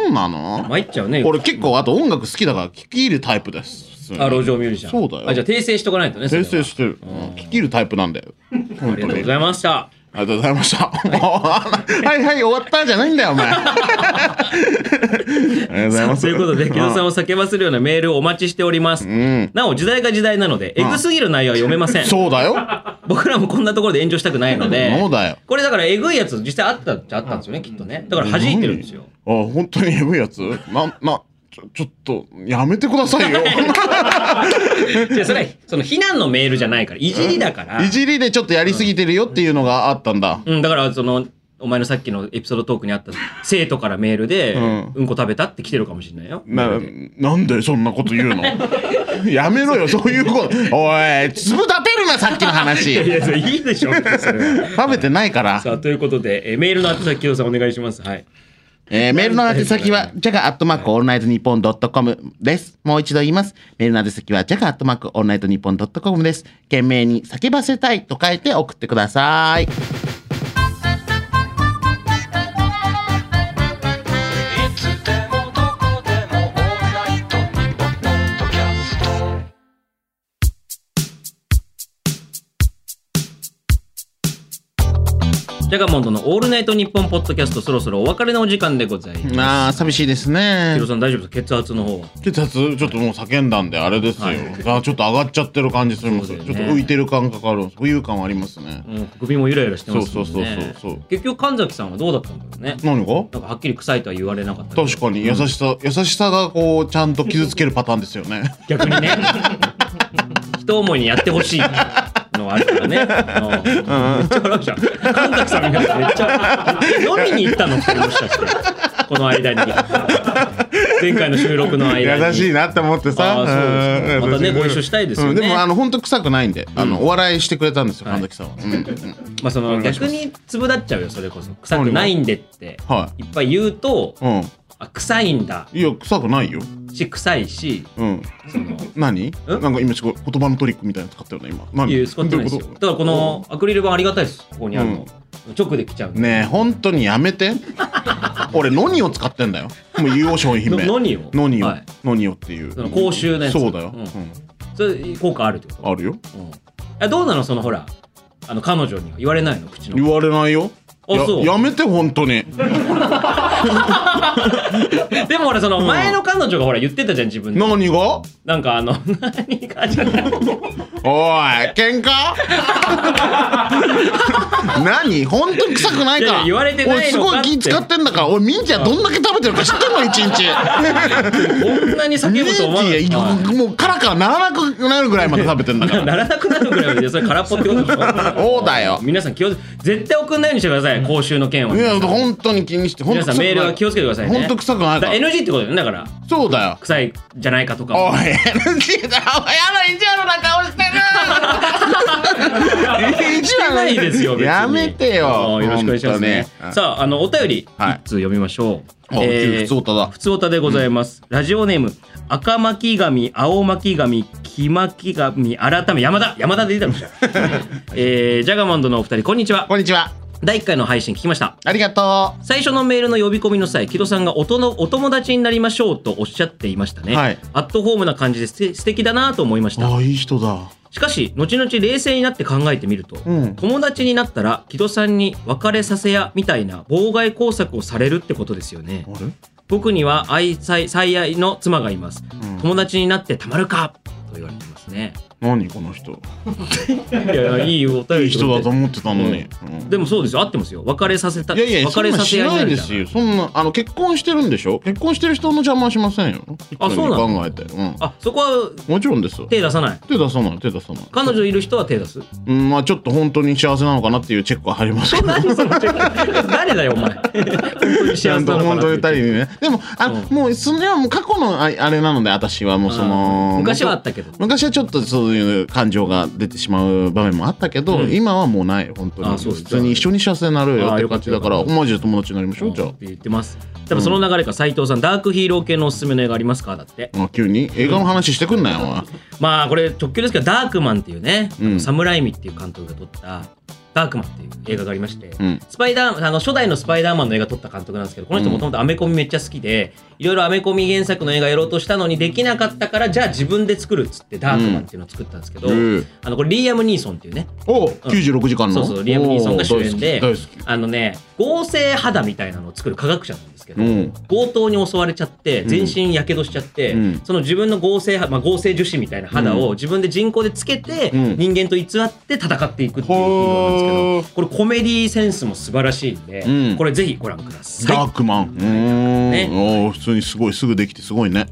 Speaker 3: んなの
Speaker 2: 参っちゃうね。
Speaker 3: 俺結構あと音楽好きだから聞き入るタイプです
Speaker 2: あ、路上ミュージシャン。
Speaker 3: そうだよ
Speaker 2: あ、じゃあ訂正しとかないとね。それ
Speaker 3: 訂
Speaker 2: は
Speaker 3: 正してるうん聞き入るタイプなんだよ
Speaker 2: ありがとうございました。
Speaker 3: ありがとうございました。 [laughs] はいはい、終わったじゃないんだよ、お
Speaker 2: [laughs]
Speaker 3: 前。ありがとうございます。
Speaker 2: ということで、木戸さんを叫ばせるようなメールをお待ちしております。
Speaker 3: うん。
Speaker 2: なお、時代が時代なので、エグすぎる内容は読めません。
Speaker 3: そうだよ。
Speaker 2: 僕らもこんなところで炎上したくないので。
Speaker 3: [laughs] そうだよ。
Speaker 2: これだから、えぐいやつ、実際あったっちゃあったんですよね、きっとね。だから、弾いてるんですよ。
Speaker 3: あ、本当にエグいやつな、な、ちょ、ちょっと、やめてくださ
Speaker 2: [laughs]
Speaker 3: いよ。
Speaker 2: じゃそれ、その、非難のメールじゃないから、いじりだから。
Speaker 3: いじりでちょっとやりすぎてるよっていうのがあったんだ。
Speaker 2: うん、だから、その、お前のさっきのエピソードトークにあ
Speaker 3: [laughs]
Speaker 2: った生徒からメールで、
Speaker 3: ん
Speaker 2: うんこ食べたって来てるかもしれないよ。
Speaker 3: な、なんでそんなこと言うの [laughs] やめろよ、そういうこと。おい、粒立てるな、さっきの
Speaker 2: い
Speaker 3: 話。
Speaker 2: や、それいいでしょ、別にそれは
Speaker 3: 食べてないか
Speaker 2: [laughs]
Speaker 3: ら。
Speaker 2: さあ、ということで、えーメールの宛先、木戸さんお願いします。はい。
Speaker 1: えーメールの宛先は、ジャガアットマークオールナイトニッポンドットコムです。もう一度言います。メールの宛先は、ジャガアットマークオールナイトニッポンドットコムです。懸命に叫ばせたいと書いて送ってください。
Speaker 2: ジャガモンドのオールナイトニッポンポッドキャスト、そろそろお別れのお時間でございます。
Speaker 1: あー、寂しいです
Speaker 2: 木
Speaker 1: ね
Speaker 2: 戸。さん大丈夫ですか血圧の方は。
Speaker 3: 血圧ちょっともう叫んだんであれですよ、
Speaker 2: はい
Speaker 3: がちょっと上がっちゃってる感じするんですよ
Speaker 2: そうだよね
Speaker 3: ちょっと浮いてる感覚あるんです浮遊感はありますね
Speaker 2: うん、首もゆらゆらしてますもんね。
Speaker 3: そうそうそうそうそう
Speaker 2: 結局神崎さんはどうだったんだろうね。
Speaker 3: 何が
Speaker 2: なんかはっきり臭いとは言われなかったけど。
Speaker 3: 確かに優しさ、優しさがこうちゃんと傷つけるパターンですよね
Speaker 2: 逆にね。 [laughs] 人思いにやってほしい。のはあるからね。うんめっちゃ笑うじゃん。神崎さんみたいなめっちゃ飲みに行ったのってもしかして。この間に。前回の収録の間に。
Speaker 3: 優しいなって思ってさ
Speaker 2: あーそうですか
Speaker 3: ん
Speaker 2: またね
Speaker 3: 優し
Speaker 2: ご一緒したいですよね
Speaker 3: うんでもあの本当臭くないんで、あのお笑いしてくれたんですよ
Speaker 2: はい
Speaker 3: 神崎さんは、うん
Speaker 2: まあその逆に粒立っちゃうよそれこそ臭くないんでって
Speaker 3: はい
Speaker 2: っぱい言うと
Speaker 3: うん、うん
Speaker 2: あ臭いんだ
Speaker 3: いや臭くないよ
Speaker 2: し臭いし
Speaker 3: うん
Speaker 2: そ
Speaker 3: [laughs]
Speaker 2: の
Speaker 3: 何なんか今ちょっと言葉のトリックみたいなの使ったよね今何
Speaker 2: いや使ってないですよ
Speaker 3: ど
Speaker 2: だ
Speaker 3: うう
Speaker 2: から
Speaker 3: こ
Speaker 2: このアクリル板ありがたいですここにあるの、直で来ちゃうん
Speaker 3: と
Speaker 2: で
Speaker 3: ねえ本当にやめて俺ノニを使ってんだよもう優王商品
Speaker 2: の
Speaker 3: 名
Speaker 2: 何を
Speaker 3: ノニオ、
Speaker 2: はい
Speaker 3: ノニオっていう
Speaker 2: その公衆のやつ
Speaker 3: そうだよ、
Speaker 2: うん
Speaker 3: うん
Speaker 2: それ効果あるってこと
Speaker 3: あるよ
Speaker 2: うんあどうなのそのほらあの彼女には言われないの口の
Speaker 3: 言われないよ
Speaker 2: あ
Speaker 3: や
Speaker 2: そう
Speaker 3: やめて本当に
Speaker 2: でも俺その前の彼女がほら言ってたじゃん自分で
Speaker 3: 何が
Speaker 2: なんかあの [laughs] 何かじゃない
Speaker 3: おい喧嘩 [laughs] 何本当に臭くない
Speaker 2: いやい
Speaker 3: か
Speaker 2: や言われてないのか
Speaker 3: 俺すごい気使ってんだから俺ミンチはどんだけ食べてるか知ってんの一日
Speaker 2: こんなに叫
Speaker 3: ミ
Speaker 2: ぶと思わな
Speaker 3: ンチ
Speaker 2: い
Speaker 3: もうカラカラならなくなるぐらいまで食べてんだから
Speaker 2: [laughs] ならなくなるぐらいでそれ空っぽってことでしょ
Speaker 3: そうだよ
Speaker 2: 皆さん気をつ絶対送んないようにしてください公衆の件はい
Speaker 3: や本当に気にして本当
Speaker 2: 皆さんメールは気をつけてくださいね
Speaker 3: 本当臭くない
Speaker 2: だ
Speaker 3: か
Speaker 2: から
Speaker 3: ら
Speaker 2: NG ってことだよねだから
Speaker 3: そうだよ
Speaker 2: 臭いじゃないかとかも
Speaker 3: おい NG だおいやだ意地悪な顔してる
Speaker 2: [laughs] してないですよ別に
Speaker 3: やめてよ
Speaker 2: あーよろしくお願いしますね
Speaker 3: 本当ね
Speaker 2: さああのお便り
Speaker 3: はい
Speaker 2: 一通読みましょう、
Speaker 3: あ
Speaker 2: えー
Speaker 3: 普通歌だ
Speaker 2: 普通おたでございます、ラジオネーム赤巻紙青巻紙黄巻紙改め山田山田でいいだろう、 [laughs] えー、ジャガマンドのお二人こんにちは
Speaker 3: こんにちは
Speaker 2: 第1回の配信聞きました
Speaker 3: ありがと
Speaker 2: 最初のメールの呼び込みの際木戸さんがおとのお友達になりましょうとおっしゃっていましたね、
Speaker 3: はい
Speaker 2: アットホームな感じですて素敵だなと思いまし
Speaker 3: う
Speaker 2: た
Speaker 3: あいい人だ
Speaker 2: しかし後々冷静になって考えてみると、
Speaker 3: うん
Speaker 2: 友達になったら木戸さんに別れさせやみたいな妨害工作をされるってことですよね
Speaker 3: あれ
Speaker 2: 僕には愛妻最愛の妻がいます、
Speaker 3: ん
Speaker 2: 友達になってたまるかと言われてますね
Speaker 3: 何この人
Speaker 2: いやいいお便
Speaker 3: い
Speaker 2: り
Speaker 3: い人だと思ってたのに、うん
Speaker 2: でもそうですよ合ってますよ別れさせた
Speaker 3: いやいやそ
Speaker 2: 別れ
Speaker 3: んな
Speaker 2: させ
Speaker 3: し
Speaker 2: や
Speaker 3: ない
Speaker 2: にる
Speaker 3: で
Speaker 2: じゃん
Speaker 3: すよそんなあの結婚してるんでしょ結婚してる人の邪魔はしませんよ
Speaker 2: あそうなの
Speaker 3: 普通に考えて、う
Speaker 2: あそこは
Speaker 3: ん、もちろんですよ
Speaker 2: 手出さない
Speaker 3: 手出さない手出さない
Speaker 2: 彼女いる人は手出
Speaker 3: [laughs]
Speaker 2: す
Speaker 3: うんまあちょっと本当に幸せなのかなっていうチェックは入りますけど
Speaker 2: 誰だよお前本当に幸
Speaker 3: [laughs] ち
Speaker 2: せ
Speaker 3: ゃ
Speaker 2: なんの
Speaker 3: と
Speaker 2: かな
Speaker 3: 本
Speaker 2: って
Speaker 3: 当
Speaker 2: い
Speaker 3: に
Speaker 2: う
Speaker 3: 二人にねでもあ、
Speaker 2: うん
Speaker 3: もうそれはもう過去のああれなので私はもうその
Speaker 2: うん昔はあったけど
Speaker 3: 昔はちょっとそうそういう感情が出てしまう場面もあったけど、
Speaker 2: うん
Speaker 3: 今はもうない本当
Speaker 2: あ
Speaker 3: に
Speaker 2: そうです
Speaker 3: 普通に一緒に幸せになろうよ
Speaker 2: あ
Speaker 3: って
Speaker 2: よか
Speaker 3: 感
Speaker 2: った
Speaker 3: じだから
Speaker 2: よかっ
Speaker 3: お前じゃ友達になりましょうじゃ
Speaker 2: って言ってます多分その流れから斎藤さんダークヒーロー系のおすすめの映画ありますかだって
Speaker 3: ああ急に映画の話してくんなよお前
Speaker 2: まあこれ直球ですけどダークマンっていうね、あ
Speaker 3: う
Speaker 2: の
Speaker 3: ん
Speaker 2: サムライミっていう監督が撮ったダークマンっていう映画がありまして、
Speaker 3: うん
Speaker 2: スパイダーあの初代のスパイダーマンの映画撮った監督なんですけどこの人もともとアメコミめっちゃ好きでいろいろアメコミ原作の映画やろうとしたのにできなかったからじゃあ自分で作るっつってダークマンっていうのを作ったんですけど、
Speaker 3: うん
Speaker 2: あのこれリーアム・ニーソンっていうね
Speaker 3: お96時間の
Speaker 2: そうそうリアム・ニーソンが主演で
Speaker 3: おー大好き
Speaker 2: あのね合成肌みたいなのを作る科学者なんですけど、
Speaker 3: 大好き
Speaker 2: 強盗に襲われちゃって
Speaker 3: ん
Speaker 2: 全身やけどしちゃって、
Speaker 3: うん
Speaker 2: その自分の合成,、まあ、合成樹脂みたいな肌を自分で人工でつけて、
Speaker 3: うん
Speaker 2: 人間と偽って戦っていくっていうヒーローなんですけどこれコメディセンスも素晴らしいんで、
Speaker 3: うん
Speaker 2: これぜひご覧ください。
Speaker 3: ダークマン、うーん、おー普通にすごいすぐできてすごいね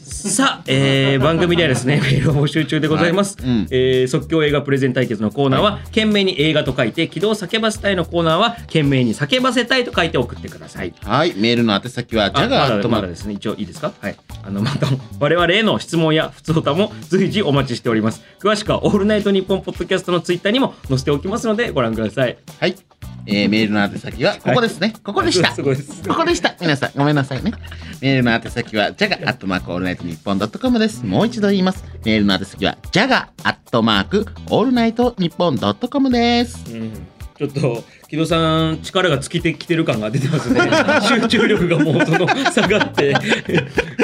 Speaker 2: さあ、えー番組ではですね
Speaker 3: [laughs]
Speaker 2: メールを募集中でございます、
Speaker 3: はいうん
Speaker 2: えー即興映画プレゼン対決のコーナーは「懸命に映画」と書いて「起動叫ばせたい」のコーナーは「懸命に叫ばせたい」と書いて送ってください
Speaker 3: はいメールの宛先はジ
Speaker 2: あ
Speaker 3: ャガー
Speaker 2: まだ
Speaker 3: と
Speaker 2: ま
Speaker 3: マ
Speaker 2: だ
Speaker 3: ー
Speaker 2: ですね一応いいですかはいあのまた我々への質問や普通歌も随時お待ちしております詳しくは「オールナイトニッポン」ポッドキャストのツイッターにも載せておきますのでご覧ください
Speaker 3: はい、えーメールの宛先はここですね、ここでした
Speaker 2: すごい [laughs] です
Speaker 3: ここでした皆さんごめんなさいねメールの宛先はジャガアットマークオールナイトニッポンドットコムですもう一度言いますメールの宛先はジャガアットマークオールナイトニッポンドットコムです
Speaker 2: うんちょっと木戸さん力が尽きてきてる感が出てます
Speaker 3: [laughs]
Speaker 2: ね集中力がもうその下がって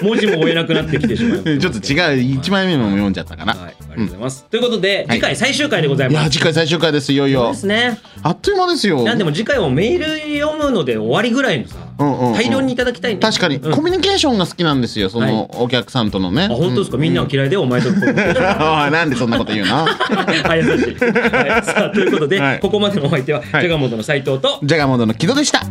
Speaker 2: 文字も追えなくなってきてしまいました
Speaker 3: [laughs] ちょっと違う一枚目も読んじゃったかな、
Speaker 2: はい、ありがとうございます、ということで次回最終回でござい
Speaker 3: い
Speaker 2: ます、
Speaker 3: や次回最終回ですいよい
Speaker 2: そう
Speaker 3: よ
Speaker 2: ですね
Speaker 3: あっという間ですよ
Speaker 2: なんでも次回もメール読むので終わりぐらいのさ、
Speaker 3: うんうんうん
Speaker 2: 大量にいただきたいね
Speaker 3: 確かに、
Speaker 2: うん
Speaker 3: コミュニケーションが好きなんですよそ
Speaker 2: はい
Speaker 3: のお客さんとのね、
Speaker 2: あ本当ですか、みんなは嫌いでお [laughs]
Speaker 3: [laughs]
Speaker 2: 前とのコミュニケーション
Speaker 3: おいなんでそんなこと言うの [laughs]
Speaker 2: はい優しい、はい、さあということで、
Speaker 3: はい
Speaker 2: ここまでのお相手は、ジャガモンドの斉藤と
Speaker 3: ジャガモードの木戸でした